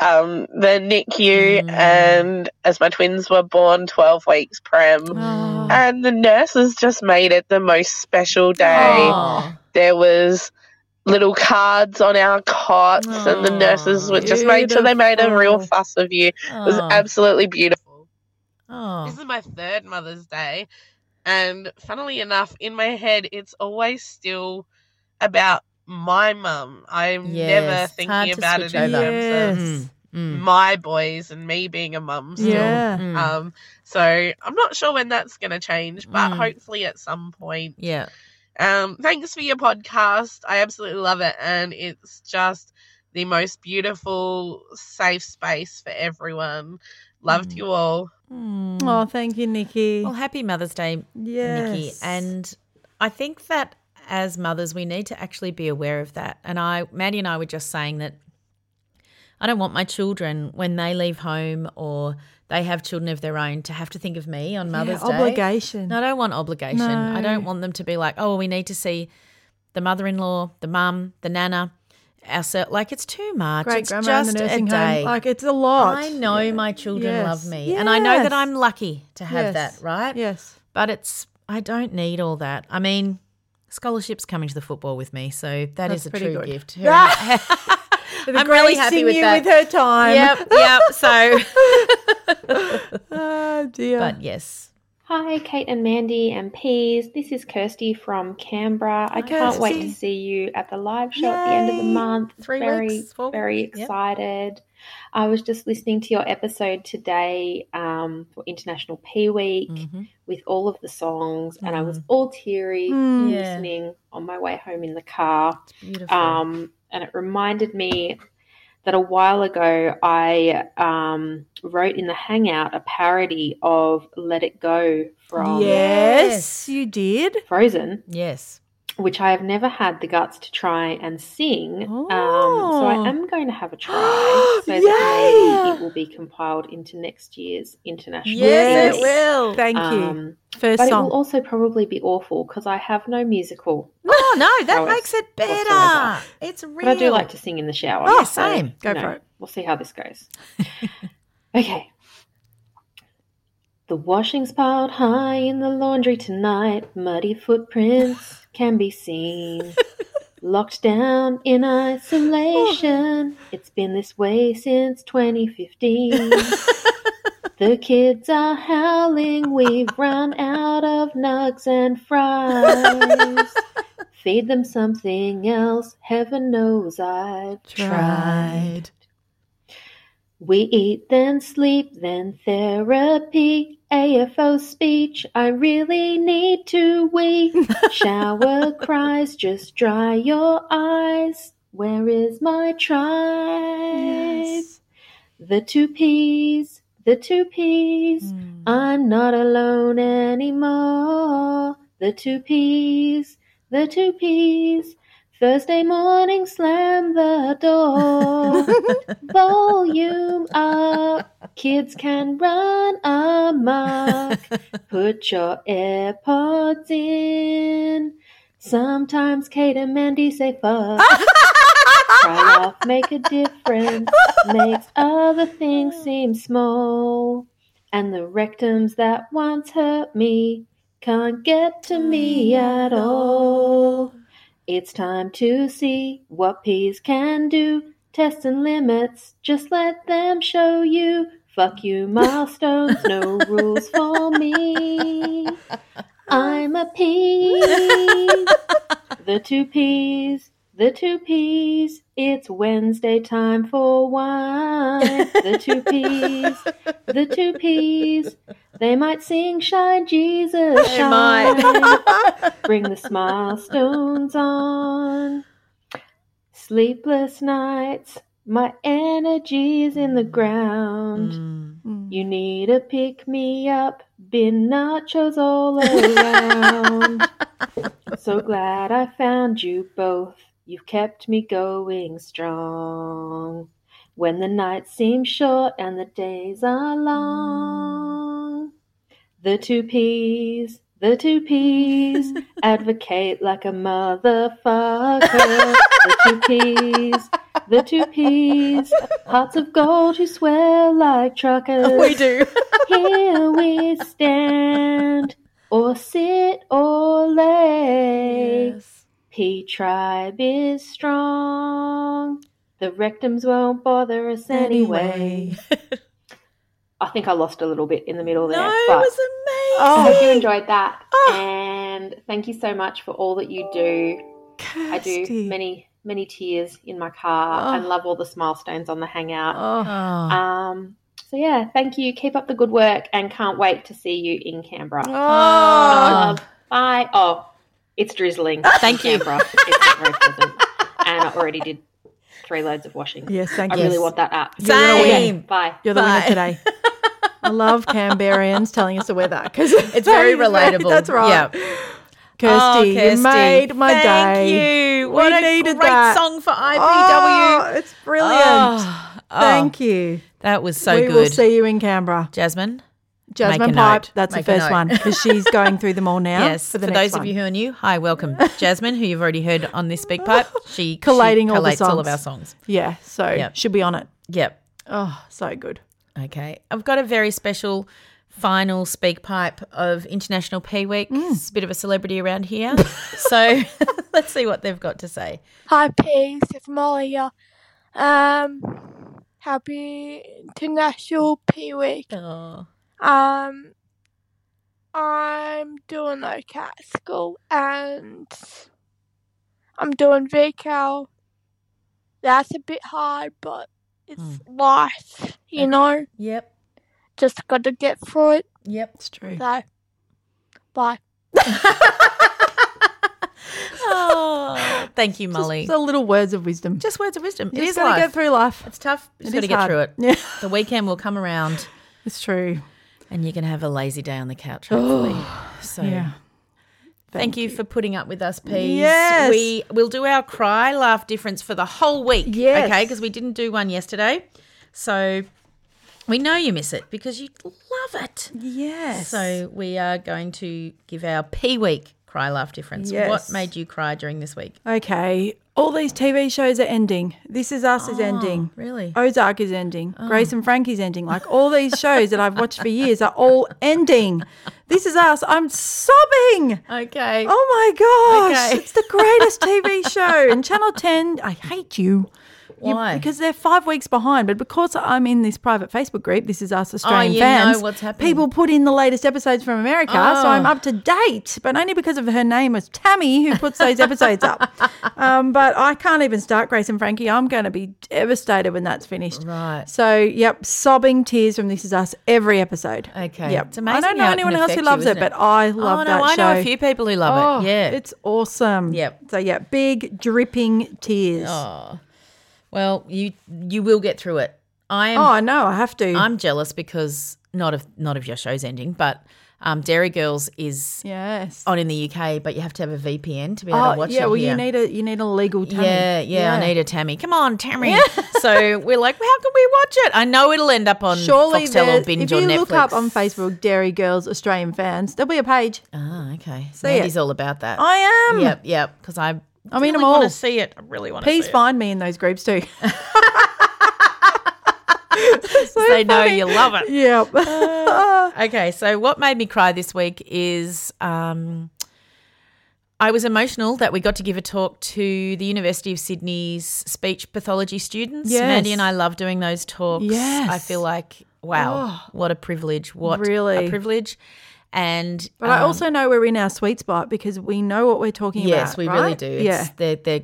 [SPEAKER 7] um, the NICU,
[SPEAKER 3] Mm.
[SPEAKER 7] and as my twins were born 12 weeks prem.
[SPEAKER 3] Mm.
[SPEAKER 7] And the nurses just made it the most special day.
[SPEAKER 3] Aw.
[SPEAKER 7] There was little cards on our cots, and the
[SPEAKER 3] Aw,
[SPEAKER 7] nurses would just made sure they made a real
[SPEAKER 2] beautiful.
[SPEAKER 7] fuss of you. It was
[SPEAKER 3] Aw.
[SPEAKER 7] absolutely beautiful.
[SPEAKER 3] Aw.
[SPEAKER 8] This is my third Mother's Day, and funnily enough, in my head, it's always still about my mum. I'm never
[SPEAKER 3] Yes, it's hard
[SPEAKER 8] thinking
[SPEAKER 3] to
[SPEAKER 8] about it
[SPEAKER 3] switch
[SPEAKER 8] in
[SPEAKER 3] over.
[SPEAKER 8] terms of
[SPEAKER 2] Yes.
[SPEAKER 3] Mm.
[SPEAKER 8] my boys and me being a mum still.
[SPEAKER 2] Yeah.
[SPEAKER 3] Mm.
[SPEAKER 8] Um, so I'm not sure when that's going to change, but
[SPEAKER 3] Mm.
[SPEAKER 8] hopefully at some point.
[SPEAKER 3] Yeah.
[SPEAKER 8] Um, thanks for your podcast. I absolutely love it, and it's just the most beautiful, safe space for everyone. Loved
[SPEAKER 3] Mm.
[SPEAKER 8] you all.
[SPEAKER 3] Mm.
[SPEAKER 2] Oh, thank you, Nikki.
[SPEAKER 3] Well, happy Mother's Day,
[SPEAKER 2] yes.
[SPEAKER 3] Oh, Nikki. And I think that as mothers, we need to actually be aware of that. And I, Maddie and I were just saying that I don't want my children when they leave home or they have children of their own to have to think of me on Mother's Day.
[SPEAKER 2] obligation.
[SPEAKER 3] No, I don't want obligation. I don't want them to be like, oh, we need to see the mother-in-law, the mum, the nana, ourselves. Like it's too much.
[SPEAKER 2] Great
[SPEAKER 3] it's
[SPEAKER 2] grandma in
[SPEAKER 3] just
[SPEAKER 2] the
[SPEAKER 3] a
[SPEAKER 2] nursing
[SPEAKER 3] day.
[SPEAKER 2] home. Like it's a lot.
[SPEAKER 3] I know my children
[SPEAKER 2] Yes.
[SPEAKER 3] love me, and I know
[SPEAKER 2] Yes.
[SPEAKER 3] that I'm lucky to have
[SPEAKER 2] Yes.
[SPEAKER 3] that, right?
[SPEAKER 2] Yes.
[SPEAKER 3] But it's I don't need all that. I mean, scholarships coming to the football with me, so that is
[SPEAKER 2] That's
[SPEAKER 3] a
[SPEAKER 2] pretty
[SPEAKER 3] true
[SPEAKER 2] good.
[SPEAKER 3] gift. I'm really happy
[SPEAKER 2] gracing
[SPEAKER 3] with
[SPEAKER 2] you
[SPEAKER 3] that.
[SPEAKER 2] with her time.
[SPEAKER 3] Yep, yep. So,
[SPEAKER 2] Oh dear.
[SPEAKER 3] but yes,
[SPEAKER 9] Hi, Kate and Mandy and Peas. This is Kirsty from Canberra. I can't wait to
[SPEAKER 10] Mm.
[SPEAKER 2] Kirsty.
[SPEAKER 9] see you at the live show at the end of the month.
[SPEAKER 3] Three
[SPEAKER 9] very,
[SPEAKER 3] weeks, four
[SPEAKER 9] very
[SPEAKER 3] weeks, yep.
[SPEAKER 9] excited. I was just listening to your episode today um, for International Pee Week
[SPEAKER 3] Mm-hmm.
[SPEAKER 9] with all of the songs, and I was all teary
[SPEAKER 2] Mm.
[SPEAKER 11] Hmm.
[SPEAKER 3] Yeah.
[SPEAKER 9] listening on my way home in the car.
[SPEAKER 3] it's beautiful.
[SPEAKER 9] Um, and it reminded me that a while ago I um, wrote in the Hangout a parody of Let It Go from
[SPEAKER 2] Yes, you did.
[SPEAKER 9] Frozen,
[SPEAKER 3] yes,
[SPEAKER 9] which I have never had the guts to try and sing. Um, so
[SPEAKER 2] Oh.
[SPEAKER 9] I am going to have a try so that maybe it will be compiled into next year's international.
[SPEAKER 3] Yes, it
[SPEAKER 9] Day.
[SPEAKER 3] will.
[SPEAKER 2] Thank you.
[SPEAKER 9] Um,
[SPEAKER 2] First
[SPEAKER 9] but it
[SPEAKER 2] song.
[SPEAKER 9] will also probably be awful because I have no musical.
[SPEAKER 3] Oh no, that
[SPEAKER 9] prowess
[SPEAKER 3] makes it better.
[SPEAKER 9] whatsoever.
[SPEAKER 3] It's real.
[SPEAKER 9] But I do like to sing in the shower.
[SPEAKER 3] Oh, same.
[SPEAKER 2] Go
[SPEAKER 9] you
[SPEAKER 2] for it.
[SPEAKER 9] We'll see how this goes. okay. The washing's piled high in the laundry tonight. Muddy footprints can be seen. Locked down in isolation. It's been this way since 2015. The kids are howling. We've run out of nugs and fries. Feed them something else. Heaven knows I've tried. We eat, then sleep, then therapy. AFO speech. I really need to wee. Shower cries. Just dry your eyes. Where is my tribe?
[SPEAKER 2] Yes.
[SPEAKER 9] The two peas, the two peas. I'm not alone anymore. The two peas, the two peas. Thursday morning, slam the door. Volume up. Kids can run amok. Put your AirPods in. Sometimes Kate and Mandy say fuck. Try off, make a difference, makes other things seem small. And the rectums that once hurt me can't get to me at all. It's time to see what peas can do. Tests and limits, just let them show you. Fuck you, milestones, no rules for me. I'm a pea. The two peas, the two peas, it's Wednesday time for wine. The two peas, the two peas, they might sing Shine Jesus Shine. Bring the smile stones on. Sleepless nights, my energy's in the ground.
[SPEAKER 2] Mm.
[SPEAKER 9] You need a pick me up, bin nachos all around. so glad I found you both. You've kept me going strong. When the nights seem short and the days are long. The two P's, the two P's, advocate like a motherfucker. the two P's, the two P's, hearts of gold who swear like truckers.
[SPEAKER 3] we do.
[SPEAKER 9] Here we stand, or sit or lay. P tribe is strong. The rectums won't bother us anyway. I think I lost a little bit in the middle there.
[SPEAKER 3] No,
[SPEAKER 9] but
[SPEAKER 3] it was amazing.
[SPEAKER 9] I hope you enjoyed that.
[SPEAKER 2] Oh.
[SPEAKER 9] And thank you so much for all that you do. I
[SPEAKER 3] Oh,
[SPEAKER 9] do
[SPEAKER 2] Kirsty.
[SPEAKER 9] many, many tears in my car and love all the smile stones on the hangout.
[SPEAKER 2] Oh,
[SPEAKER 3] Oh,
[SPEAKER 9] Um, so yeah, thank you. Keep up the good work and can't wait to see you in Canberra.
[SPEAKER 2] oh.
[SPEAKER 9] Love. Bye. Oh, it's drizzling.
[SPEAKER 3] Thank you.
[SPEAKER 9] Canberra. It's not very pleasant. And I already did three loads of washing.
[SPEAKER 2] Yes, thank
[SPEAKER 9] I
[SPEAKER 2] you.
[SPEAKER 9] really want that app.
[SPEAKER 3] You're the winner. Same.
[SPEAKER 9] Bye.
[SPEAKER 2] You're the
[SPEAKER 3] Bye.
[SPEAKER 2] winner today. I love Canberrians telling us the weather because
[SPEAKER 3] it's very relatable.
[SPEAKER 2] That's right.
[SPEAKER 3] Yeah.
[SPEAKER 2] Kirsty,
[SPEAKER 3] Oh, Kirsty,
[SPEAKER 2] you made my
[SPEAKER 3] Thank
[SPEAKER 2] day.
[SPEAKER 3] you. What
[SPEAKER 2] we
[SPEAKER 3] a
[SPEAKER 2] needed
[SPEAKER 3] great
[SPEAKER 2] that.
[SPEAKER 3] song for IPW.
[SPEAKER 2] Oh, it's Oh, brilliant.
[SPEAKER 3] Oh,
[SPEAKER 2] Thank you.
[SPEAKER 3] That was so
[SPEAKER 2] we
[SPEAKER 3] good.
[SPEAKER 2] will see you in Canberra.
[SPEAKER 3] Jasmine?
[SPEAKER 2] Jasmine
[SPEAKER 3] make a
[SPEAKER 2] Pipe,
[SPEAKER 3] note.
[SPEAKER 2] that's
[SPEAKER 3] Make a
[SPEAKER 2] the first
[SPEAKER 3] note.
[SPEAKER 2] one because she's going through them all now.
[SPEAKER 3] yes.
[SPEAKER 2] for, the next
[SPEAKER 3] those
[SPEAKER 2] one.
[SPEAKER 3] of you who are new, hi, welcome. Jasmine, who you've already heard on this Speak Pipe, she
[SPEAKER 2] collating
[SPEAKER 3] she
[SPEAKER 2] all the
[SPEAKER 3] collates
[SPEAKER 2] songs.
[SPEAKER 3] all of our songs.
[SPEAKER 2] Yeah, so
[SPEAKER 3] Yep.
[SPEAKER 2] she'll be on it.
[SPEAKER 3] Yep.
[SPEAKER 2] Oh, so good.
[SPEAKER 3] Okay. I've got a very special final speak pipe of International Pee Week.
[SPEAKER 2] Mm.
[SPEAKER 3] It's a bit of a celebrity around here. so let's see what they've got to say.
[SPEAKER 11] Hi, peace. It's Molly here. Um, happy International Pee Week. Um, I'm doing okay at school and I'm doing VCAL. That's a bit hard, but it's life, you know?
[SPEAKER 3] Yep.
[SPEAKER 11] Just got to get through it.
[SPEAKER 3] Yep.
[SPEAKER 2] It's true.
[SPEAKER 11] So, bye.
[SPEAKER 3] Oh, thank you, Molly.
[SPEAKER 2] Ah. Just the little words of wisdom.
[SPEAKER 3] Just words of wisdom.
[SPEAKER 2] Just
[SPEAKER 3] it is
[SPEAKER 2] gotta
[SPEAKER 3] life.
[SPEAKER 2] get through life.
[SPEAKER 3] It's tough. You just
[SPEAKER 2] It
[SPEAKER 3] got
[SPEAKER 2] is
[SPEAKER 3] to get through
[SPEAKER 2] hard.
[SPEAKER 3] it. Yeah. The weekend will come around.
[SPEAKER 2] It's true.
[SPEAKER 3] And you can have a lazy day on the couch,
[SPEAKER 2] Oh,
[SPEAKER 3] hopefully. so
[SPEAKER 2] yeah.
[SPEAKER 3] Thank, you, for putting up with us, Peas.
[SPEAKER 2] Yes.
[SPEAKER 3] We will do our cry laugh difference for the whole week.
[SPEAKER 2] Yes.
[SPEAKER 3] Okay, because we didn't do one yesterday. So we know you miss it because you love it.
[SPEAKER 2] Yes.
[SPEAKER 3] So we are going to give our P week cry laugh difference. What
[SPEAKER 2] Yes.
[SPEAKER 3] made you cry during this week?
[SPEAKER 2] Okay. All these TV shows are ending. This Is Us
[SPEAKER 3] Ah.
[SPEAKER 2] is ending.
[SPEAKER 3] Oh, really?
[SPEAKER 2] Ozark is ending.
[SPEAKER 3] Ah.
[SPEAKER 2] Grace and Frankie's ending. Like all these shows that I've watched for years are all ending. This Is Us. I'm sobbing.
[SPEAKER 3] Okay.
[SPEAKER 2] Oh my gosh.
[SPEAKER 3] Okay.
[SPEAKER 2] It's the greatest TV show. And Channel 10, I hate you. You-
[SPEAKER 3] Why?
[SPEAKER 2] because they're five weeks behind. But because I'm in this private Facebook group, this is us Australian
[SPEAKER 3] Oh, you know
[SPEAKER 2] fans.
[SPEAKER 3] what's happening.
[SPEAKER 2] People put in the latest episodes from America, so I'm
[SPEAKER 3] Oh.
[SPEAKER 2] up to date. But only because of her name was Tammy, who puts those episodes up. Um, but I can't even start Grace and Frankie. I'm going to be devastated when that's finished.
[SPEAKER 3] Right.
[SPEAKER 2] So, yep, sobbing tears from This Is Us every episode.
[SPEAKER 3] Okay.
[SPEAKER 2] Yep.
[SPEAKER 3] It's amazing.
[SPEAKER 2] I don't know
[SPEAKER 3] how it
[SPEAKER 2] anyone
[SPEAKER 3] can
[SPEAKER 2] else who
[SPEAKER 3] affect you,
[SPEAKER 2] loves it,
[SPEAKER 3] isn't
[SPEAKER 2] but I love
[SPEAKER 3] oh, no,
[SPEAKER 2] that
[SPEAKER 3] I
[SPEAKER 2] show.
[SPEAKER 3] know a few people who love
[SPEAKER 2] Oh,
[SPEAKER 3] it. Yeah.
[SPEAKER 2] It's awesome.
[SPEAKER 3] Yep.
[SPEAKER 2] So, yeah, big dripping tears.
[SPEAKER 3] Oh. Well, you you will get through it. I am
[SPEAKER 2] Oh, I know. I have to.
[SPEAKER 3] I'm jealous because not of not of your show's ending, but um, Dairy Girls is
[SPEAKER 2] yes.
[SPEAKER 3] on in the UK, but you have to have a VPN to be able
[SPEAKER 2] oh,
[SPEAKER 3] to watch
[SPEAKER 2] yeah.
[SPEAKER 3] it
[SPEAKER 2] Well,
[SPEAKER 3] here.
[SPEAKER 2] you need a you need a legal. Tummy.
[SPEAKER 3] yeah, yeah, I need a Tammy. Come on, Tammy. so we're like, how can we watch it? I know it'll end up on
[SPEAKER 2] Surely,
[SPEAKER 3] Foxtel or
[SPEAKER 2] there's-
[SPEAKER 3] Binge
[SPEAKER 2] if you
[SPEAKER 3] or Netflix.
[SPEAKER 2] look up on Facebook, Dairy Girls Australian fans, there'll be a page.
[SPEAKER 3] Ah, okay. So
[SPEAKER 2] See
[SPEAKER 3] Mandy's
[SPEAKER 2] it.
[SPEAKER 3] all about that.
[SPEAKER 2] I am.
[SPEAKER 3] Yep, yep. Because I,
[SPEAKER 2] I mean,
[SPEAKER 3] really
[SPEAKER 2] I'm all.
[SPEAKER 3] want to see it. I really want to.
[SPEAKER 2] Please
[SPEAKER 3] see it.
[SPEAKER 2] find me in those groups too. so
[SPEAKER 3] they know
[SPEAKER 2] funny.
[SPEAKER 3] you love it.
[SPEAKER 2] Yep.
[SPEAKER 3] Okay, so what made me cry this week is um, I was emotional that we got to give a talk to the University of Sydney's speech pathology students.
[SPEAKER 2] Yes.
[SPEAKER 3] Mandy and I love doing those talks.
[SPEAKER 2] Yes. Oh.
[SPEAKER 3] I feel like, wow, what a privilege. What
[SPEAKER 2] Really.
[SPEAKER 3] a privilege. And
[SPEAKER 2] but I
[SPEAKER 3] um,
[SPEAKER 2] also know we're in our sweet spot because we know what we're talking about.
[SPEAKER 3] yes, we really
[SPEAKER 2] right?
[SPEAKER 3] do. It's,
[SPEAKER 2] Yeah.
[SPEAKER 3] They're, they're,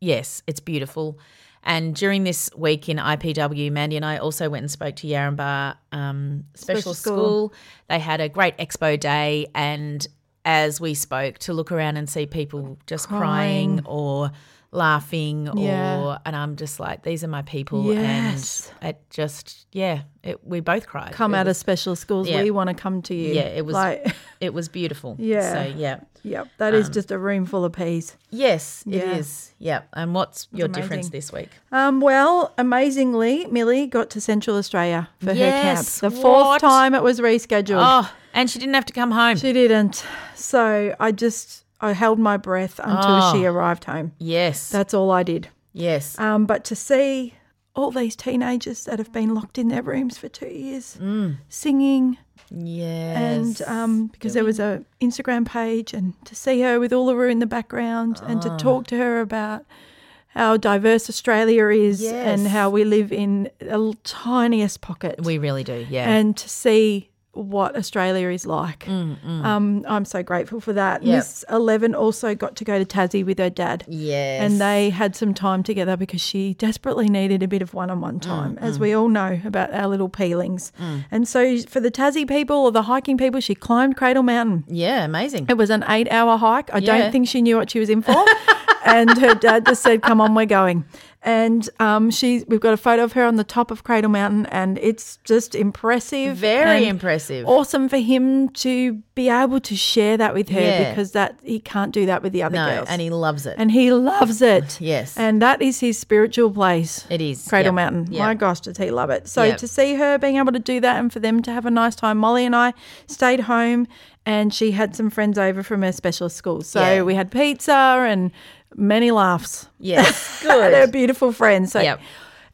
[SPEAKER 3] yes, it's beautiful. And during this week in IPW, Mandy and I also went and spoke to Yarrambar um, Special,
[SPEAKER 2] Special
[SPEAKER 3] School.
[SPEAKER 2] School.
[SPEAKER 3] They had a great expo day, and as we spoke, to look around and see people just crying,
[SPEAKER 2] Crying.
[SPEAKER 3] or laughing,
[SPEAKER 2] Yeah.
[SPEAKER 3] or and I'm just like, these are my people,
[SPEAKER 2] Yes.
[SPEAKER 3] and it just yeah, it, we both cried.
[SPEAKER 2] Come
[SPEAKER 3] It
[SPEAKER 2] out of
[SPEAKER 3] was-
[SPEAKER 2] special schools.
[SPEAKER 3] yeah.
[SPEAKER 2] We want to come to you.
[SPEAKER 3] yeah, it was
[SPEAKER 2] like,
[SPEAKER 3] it was beautiful.
[SPEAKER 2] Yeah.
[SPEAKER 3] so yeah.
[SPEAKER 2] yep. That is
[SPEAKER 3] um,
[SPEAKER 2] just a room full of peas.
[SPEAKER 3] Yes, it is.
[SPEAKER 2] Yeah.
[SPEAKER 3] Yeah. And what's your
[SPEAKER 2] amazing.
[SPEAKER 3] difference this week?
[SPEAKER 2] Um, well, amazingly, Millie got to Central Australia for
[SPEAKER 3] Yes,
[SPEAKER 2] her camp. The fourth
[SPEAKER 3] what?
[SPEAKER 2] time it was rescheduled.
[SPEAKER 3] Oh, and she didn't have to come home.
[SPEAKER 2] She didn't. So I just I held my breath until
[SPEAKER 3] Oh.
[SPEAKER 2] she arrived home.
[SPEAKER 3] yes.
[SPEAKER 2] That's all I did.
[SPEAKER 3] yes.
[SPEAKER 2] Um, but to see all these teenagers that have been locked in their rooms for two years
[SPEAKER 3] Mm.
[SPEAKER 2] singing
[SPEAKER 3] yes.
[SPEAKER 2] and um, because there was a Instagram page and to see her with Uluru in the background and
[SPEAKER 3] Ah.
[SPEAKER 2] to talk to her about how diverse Australia is and
[SPEAKER 3] Yes.
[SPEAKER 2] how we live in the l- tiniest pocket
[SPEAKER 3] we really do. Yeah. Mm.
[SPEAKER 2] and to see what Australia is like. Um, I'm so grateful for that.
[SPEAKER 3] Yep.
[SPEAKER 2] Miss Eleven also got to go to Tassie with her dad.
[SPEAKER 3] yes.
[SPEAKER 2] And they had some time together because she desperately needed a bit of one on
[SPEAKER 3] Mm,
[SPEAKER 2] one time, as we all know about our little peelings. And so, for the Tassie people or the hiking people, she climbed Cradle Mountain.
[SPEAKER 3] Yeah, amazing.
[SPEAKER 2] It was an eight hour hike. I
[SPEAKER 3] Yeah.
[SPEAKER 2] don't think she knew what she was in for. and her dad just said, "Come on, we're going." And um, she, we've got a photo of her on the top of Cradle Mountain, and it's just impressive.
[SPEAKER 3] Very
[SPEAKER 2] and
[SPEAKER 3] impressive.
[SPEAKER 2] Awesome for him to be able to share that with her
[SPEAKER 3] Yeah.
[SPEAKER 2] because that he can't do that with the other
[SPEAKER 3] No,
[SPEAKER 2] girls.
[SPEAKER 3] and he loves it.
[SPEAKER 2] and he loves it.
[SPEAKER 3] Yes.
[SPEAKER 2] and that is his spiritual place. It
[SPEAKER 3] is
[SPEAKER 2] Cradle
[SPEAKER 3] Yep.
[SPEAKER 2] Mountain.
[SPEAKER 3] Yep.
[SPEAKER 2] My gosh, does he love it? So
[SPEAKER 3] Yep.
[SPEAKER 2] to see her being able to do that and for them to have a nice time, Molly and I stayed home, and she had some friends over from her specialist school. So
[SPEAKER 3] Yeah.
[SPEAKER 2] we had pizza and many laughs.
[SPEAKER 3] Yes,
[SPEAKER 2] and
[SPEAKER 3] good.
[SPEAKER 2] her beautiful friends. So
[SPEAKER 3] Yep.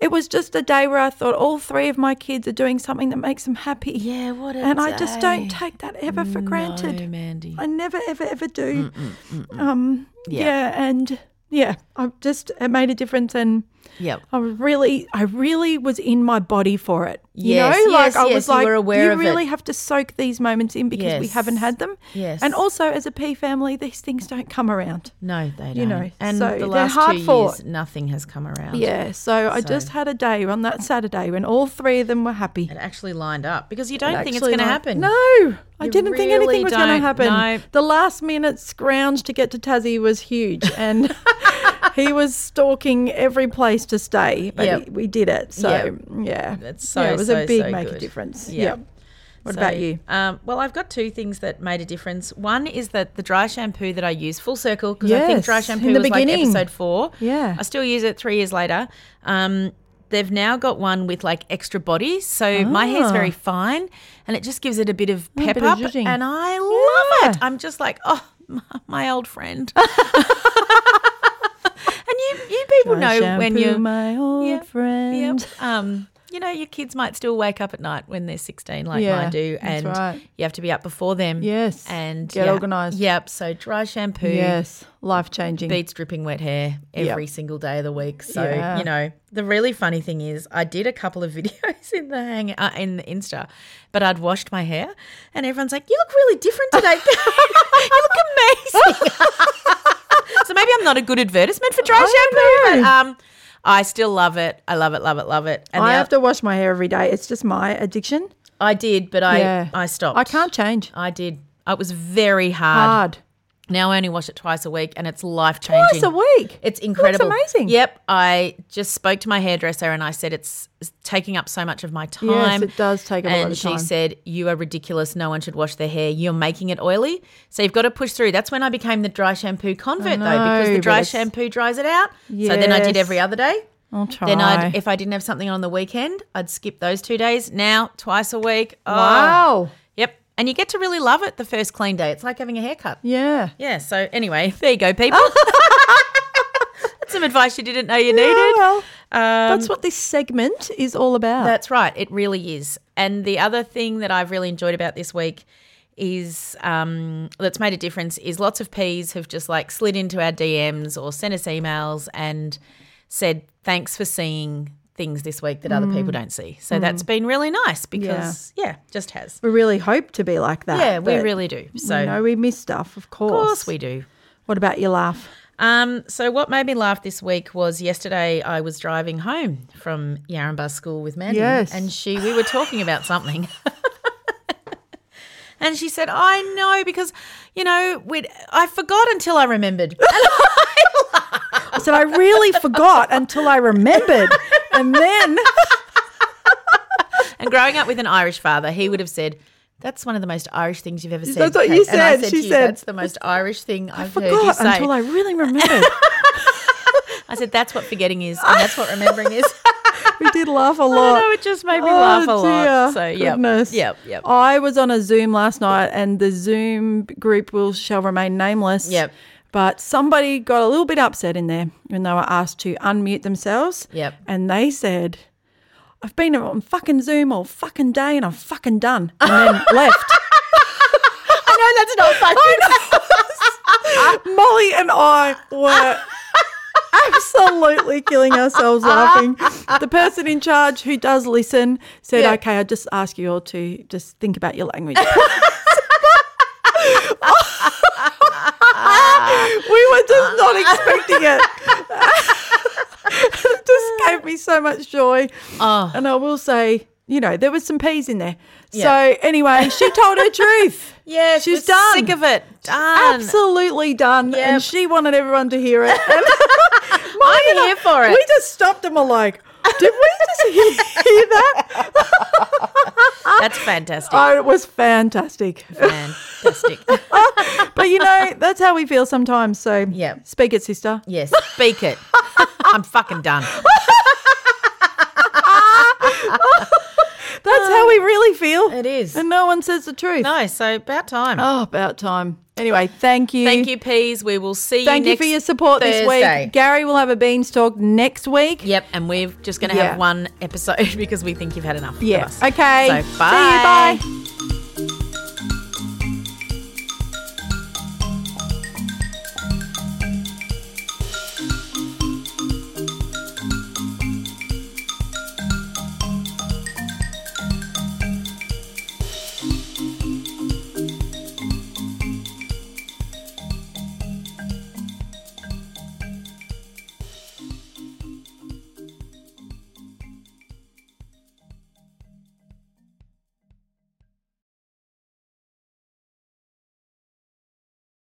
[SPEAKER 2] it was just a day where I thought all three of my kids are doing something that makes them happy. Yeah,
[SPEAKER 3] what a
[SPEAKER 2] And I just
[SPEAKER 3] day.
[SPEAKER 2] don't take that ever for granted.
[SPEAKER 3] No, Mandy.
[SPEAKER 2] I never ever ever do.
[SPEAKER 3] mm,
[SPEAKER 2] Um
[SPEAKER 3] Yeah.
[SPEAKER 2] yeah, and yeah, I've just it made a difference and
[SPEAKER 3] Yep.
[SPEAKER 2] I was really I really was in my body for it. You
[SPEAKER 3] Yes,
[SPEAKER 2] know, like
[SPEAKER 3] yes,
[SPEAKER 2] I
[SPEAKER 3] yes,
[SPEAKER 2] was
[SPEAKER 3] you
[SPEAKER 2] like
[SPEAKER 3] were aware
[SPEAKER 2] you
[SPEAKER 3] of it."
[SPEAKER 2] really have to soak these moments in because we
[SPEAKER 3] Yes.
[SPEAKER 2] haven't had them.
[SPEAKER 3] Yes.
[SPEAKER 2] And also as a P family, these things don't come around.
[SPEAKER 3] No, they don't.
[SPEAKER 2] You know,
[SPEAKER 3] and
[SPEAKER 2] so
[SPEAKER 3] the
[SPEAKER 2] they're
[SPEAKER 3] last
[SPEAKER 2] hard
[SPEAKER 3] two
[SPEAKER 2] fought.
[SPEAKER 3] years, nothing has come around.
[SPEAKER 2] Yeah, so I just had a day on that Saturday when all three of them were happy. It
[SPEAKER 3] actually lined up because you don't
[SPEAKER 2] It
[SPEAKER 3] think it's
[SPEAKER 2] actually
[SPEAKER 3] going to
[SPEAKER 2] lined-
[SPEAKER 3] happen.
[SPEAKER 2] No, I
[SPEAKER 3] You
[SPEAKER 2] didn't think anything
[SPEAKER 3] really
[SPEAKER 2] was going to
[SPEAKER 3] don't.
[SPEAKER 2] happen.
[SPEAKER 3] No.
[SPEAKER 2] The last minute scrounge to get to Tassie was huge, and he was stalking every place to stay. But
[SPEAKER 3] Yep.
[SPEAKER 2] he- we did it. So
[SPEAKER 3] Yep.
[SPEAKER 2] yeah,
[SPEAKER 3] That's so
[SPEAKER 2] yeah, it was
[SPEAKER 3] so,
[SPEAKER 2] a big
[SPEAKER 3] so
[SPEAKER 2] make a
[SPEAKER 3] good.
[SPEAKER 2] difference.
[SPEAKER 3] Yeah.
[SPEAKER 2] Yep. What
[SPEAKER 3] So,
[SPEAKER 2] about you?
[SPEAKER 3] Um, well, I've got two things that made a difference. One is that the dry shampoo that I use, full circle, because I think dry
[SPEAKER 2] Yes, in
[SPEAKER 3] shampoo
[SPEAKER 2] the
[SPEAKER 3] was like
[SPEAKER 2] beginning.
[SPEAKER 3] episode four.
[SPEAKER 2] Yeah.
[SPEAKER 3] I still use it three years later. Um, they've now got one with like extra body, so my hair's
[SPEAKER 2] Ah.
[SPEAKER 3] very fine, and it just gives it a bit of
[SPEAKER 2] A
[SPEAKER 3] pep
[SPEAKER 2] bit of
[SPEAKER 3] up,
[SPEAKER 2] zhuzhing.
[SPEAKER 3] and I love it. I'm just like, oh, my, my old friend. and you, you people
[SPEAKER 2] Dry
[SPEAKER 3] know when
[SPEAKER 2] shampoo,
[SPEAKER 3] you
[SPEAKER 2] my old friend.
[SPEAKER 3] Yep. Um, you know, your kids might still wake up at night when they're 16, like
[SPEAKER 2] Yeah,
[SPEAKER 3] mine do,
[SPEAKER 2] that's
[SPEAKER 3] and
[SPEAKER 2] right.
[SPEAKER 3] you have to be up before them.
[SPEAKER 2] Yes.
[SPEAKER 3] And
[SPEAKER 2] Get
[SPEAKER 3] yeah.
[SPEAKER 2] organised.
[SPEAKER 3] Yep. So dry shampoo.
[SPEAKER 2] Yes, life changing.
[SPEAKER 3] Beats dripping wet hair every
[SPEAKER 2] Yep.
[SPEAKER 3] single day of the week. So
[SPEAKER 2] Yeah.
[SPEAKER 3] you know the really funny thing is, I did a couple of videos in the hang uh, in the Insta, but I'd washed my hair, and everyone's like, "You look really different today. you look amazing." so maybe I'm not a good advertisement for dry shampoo, but um, I still love it. I love it, love it, love it.
[SPEAKER 2] I
[SPEAKER 3] the
[SPEAKER 2] have to wash my hair every day. It's just my addiction.
[SPEAKER 3] I did, but I
[SPEAKER 2] Yeah.
[SPEAKER 3] I stopped.
[SPEAKER 2] I can't change.
[SPEAKER 3] I did. It was very hard.
[SPEAKER 2] Hard.
[SPEAKER 3] Now I only wash it twice a week, and it's life changing.
[SPEAKER 2] Twice a week.
[SPEAKER 3] It's incredible.
[SPEAKER 2] That's amazing.
[SPEAKER 3] Yep. I just spoke to my hairdresser, and I said it's it's taking up so much of my time.
[SPEAKER 2] Yes, it does take a lot
[SPEAKER 3] and
[SPEAKER 2] of
[SPEAKER 3] she
[SPEAKER 2] time.
[SPEAKER 3] said, "You are ridiculous. No one should wash their hair. You're making it oily. So you've got to push through." That's when I became the dry shampoo convert, though, because
[SPEAKER 2] know,
[SPEAKER 3] the
[SPEAKER 2] but
[SPEAKER 3] dry
[SPEAKER 2] it's-
[SPEAKER 3] shampoo dries it out. So then I did
[SPEAKER 2] Yes.
[SPEAKER 3] every other day.
[SPEAKER 2] I'll try.
[SPEAKER 3] Then I'd, e-" if I didn't have something on the weekend, I'd skip those two days. Now twice a week. Oh.
[SPEAKER 2] Wow.
[SPEAKER 3] Yep. And you get to really love it the first clean day. It's like having a haircut.
[SPEAKER 2] yeah.
[SPEAKER 3] Yeah. So anyway, there you go, people. That's some advice you didn't know you needed.
[SPEAKER 2] Oh, well,
[SPEAKER 3] that's
[SPEAKER 2] what this segment is all about.
[SPEAKER 3] That's right. It really is. And the other thing that I've really enjoyed about this week is um, that's made a difference is lots of P's have just like slid into our DMs or sent us emails and said thanks for seeing things this week that other
[SPEAKER 2] Mm.
[SPEAKER 3] people don't see. So
[SPEAKER 2] Mm.
[SPEAKER 3] that's been really nice because yeah, just has.
[SPEAKER 2] We really hope to be like that.
[SPEAKER 3] Yeah, we
[SPEAKER 2] but
[SPEAKER 3] really do.
[SPEAKER 2] we
[SPEAKER 3] So-
[SPEAKER 2] know we miss stuff, of course.
[SPEAKER 3] course we do.
[SPEAKER 2] What about your laugh?
[SPEAKER 3] Um, so what made me laugh this week was yesterday I was driving home from Yarrumba School with Mandy,
[SPEAKER 2] Yes.
[SPEAKER 3] and she we were talking about something. And she said, "I know because, you know, we'd, I forgot until I remembered."
[SPEAKER 2] I said I really forgot until I remembered, and then
[SPEAKER 3] and growing up with an Irish father, he would have said, "That's one of the most Irish things you've ever said."
[SPEAKER 2] That's what
[SPEAKER 3] Kate."
[SPEAKER 2] you
[SPEAKER 3] And I
[SPEAKER 2] said.
[SPEAKER 3] said
[SPEAKER 2] She
[SPEAKER 3] to you,
[SPEAKER 2] said,
[SPEAKER 3] "That's the most Irish thing I've heard you
[SPEAKER 2] forgot
[SPEAKER 3] say."
[SPEAKER 2] until I really remembered.
[SPEAKER 3] I said, "That's what forgetting is, and that's what remembering is."
[SPEAKER 2] we did laugh a lot.
[SPEAKER 3] know, it just made me laugh a lot. So, yep,
[SPEAKER 2] Oh, goodness.
[SPEAKER 3] yep, yep.
[SPEAKER 2] I was on a Zoom last night, and the Zoom group will shall remain nameless.
[SPEAKER 3] Yep.
[SPEAKER 2] But somebody got a little bit upset in there when they were asked to unmute themselves.
[SPEAKER 3] Yep.
[SPEAKER 2] And they said, "I've been on fucking Zoom all fucking day, and I'm fucking done," and then left.
[SPEAKER 3] I know that's not fucking.
[SPEAKER 2] Molly and I were absolutely killing ourselves laughing. The person in charge who does listen said,
[SPEAKER 3] Yeah.
[SPEAKER 2] Okay, I just ask you all to just think about your language. we were just not expecting it. it just gave me so much joy.
[SPEAKER 3] Oh.
[SPEAKER 2] And I will say, you know, there was some peas in there.
[SPEAKER 3] Yeah.
[SPEAKER 2] So anyway, she told her truth.
[SPEAKER 3] Yeah,
[SPEAKER 2] she's
[SPEAKER 3] we're
[SPEAKER 2] done.
[SPEAKER 3] sick of it. Done.
[SPEAKER 2] Absolutely done. And she wanted everyone to hear it.
[SPEAKER 3] I'm
[SPEAKER 2] And Molly and I-
[SPEAKER 3] here for it.
[SPEAKER 2] We just stopped and were like, did we just hear, hear that?
[SPEAKER 3] That's fantastic.
[SPEAKER 2] Oh, it was fantastic.
[SPEAKER 3] Fantastic.
[SPEAKER 2] but you know, that's how we feel sometimes. So yeah, speak it, sister.
[SPEAKER 3] Yes, speak it. I'm fucking done.
[SPEAKER 2] That's how we really feel. It
[SPEAKER 3] is.
[SPEAKER 2] And no one says the truth.
[SPEAKER 3] No, so about time.
[SPEAKER 2] Oh, about time. Anyway, thank you.
[SPEAKER 3] Thank you, Peas. We will see you.
[SPEAKER 2] Thank you
[SPEAKER 3] next
[SPEAKER 2] for your support this
[SPEAKER 3] Thursday.
[SPEAKER 2] week. Gary will have a beanstalk next week.
[SPEAKER 3] Yep, and we're just going to
[SPEAKER 2] Yeah.
[SPEAKER 3] have one episode because we think you've had enough. of
[SPEAKER 2] Yeah.
[SPEAKER 3] us.
[SPEAKER 2] Okay.
[SPEAKER 3] So
[SPEAKER 2] See you,
[SPEAKER 3] bye.
[SPEAKER 2] bye.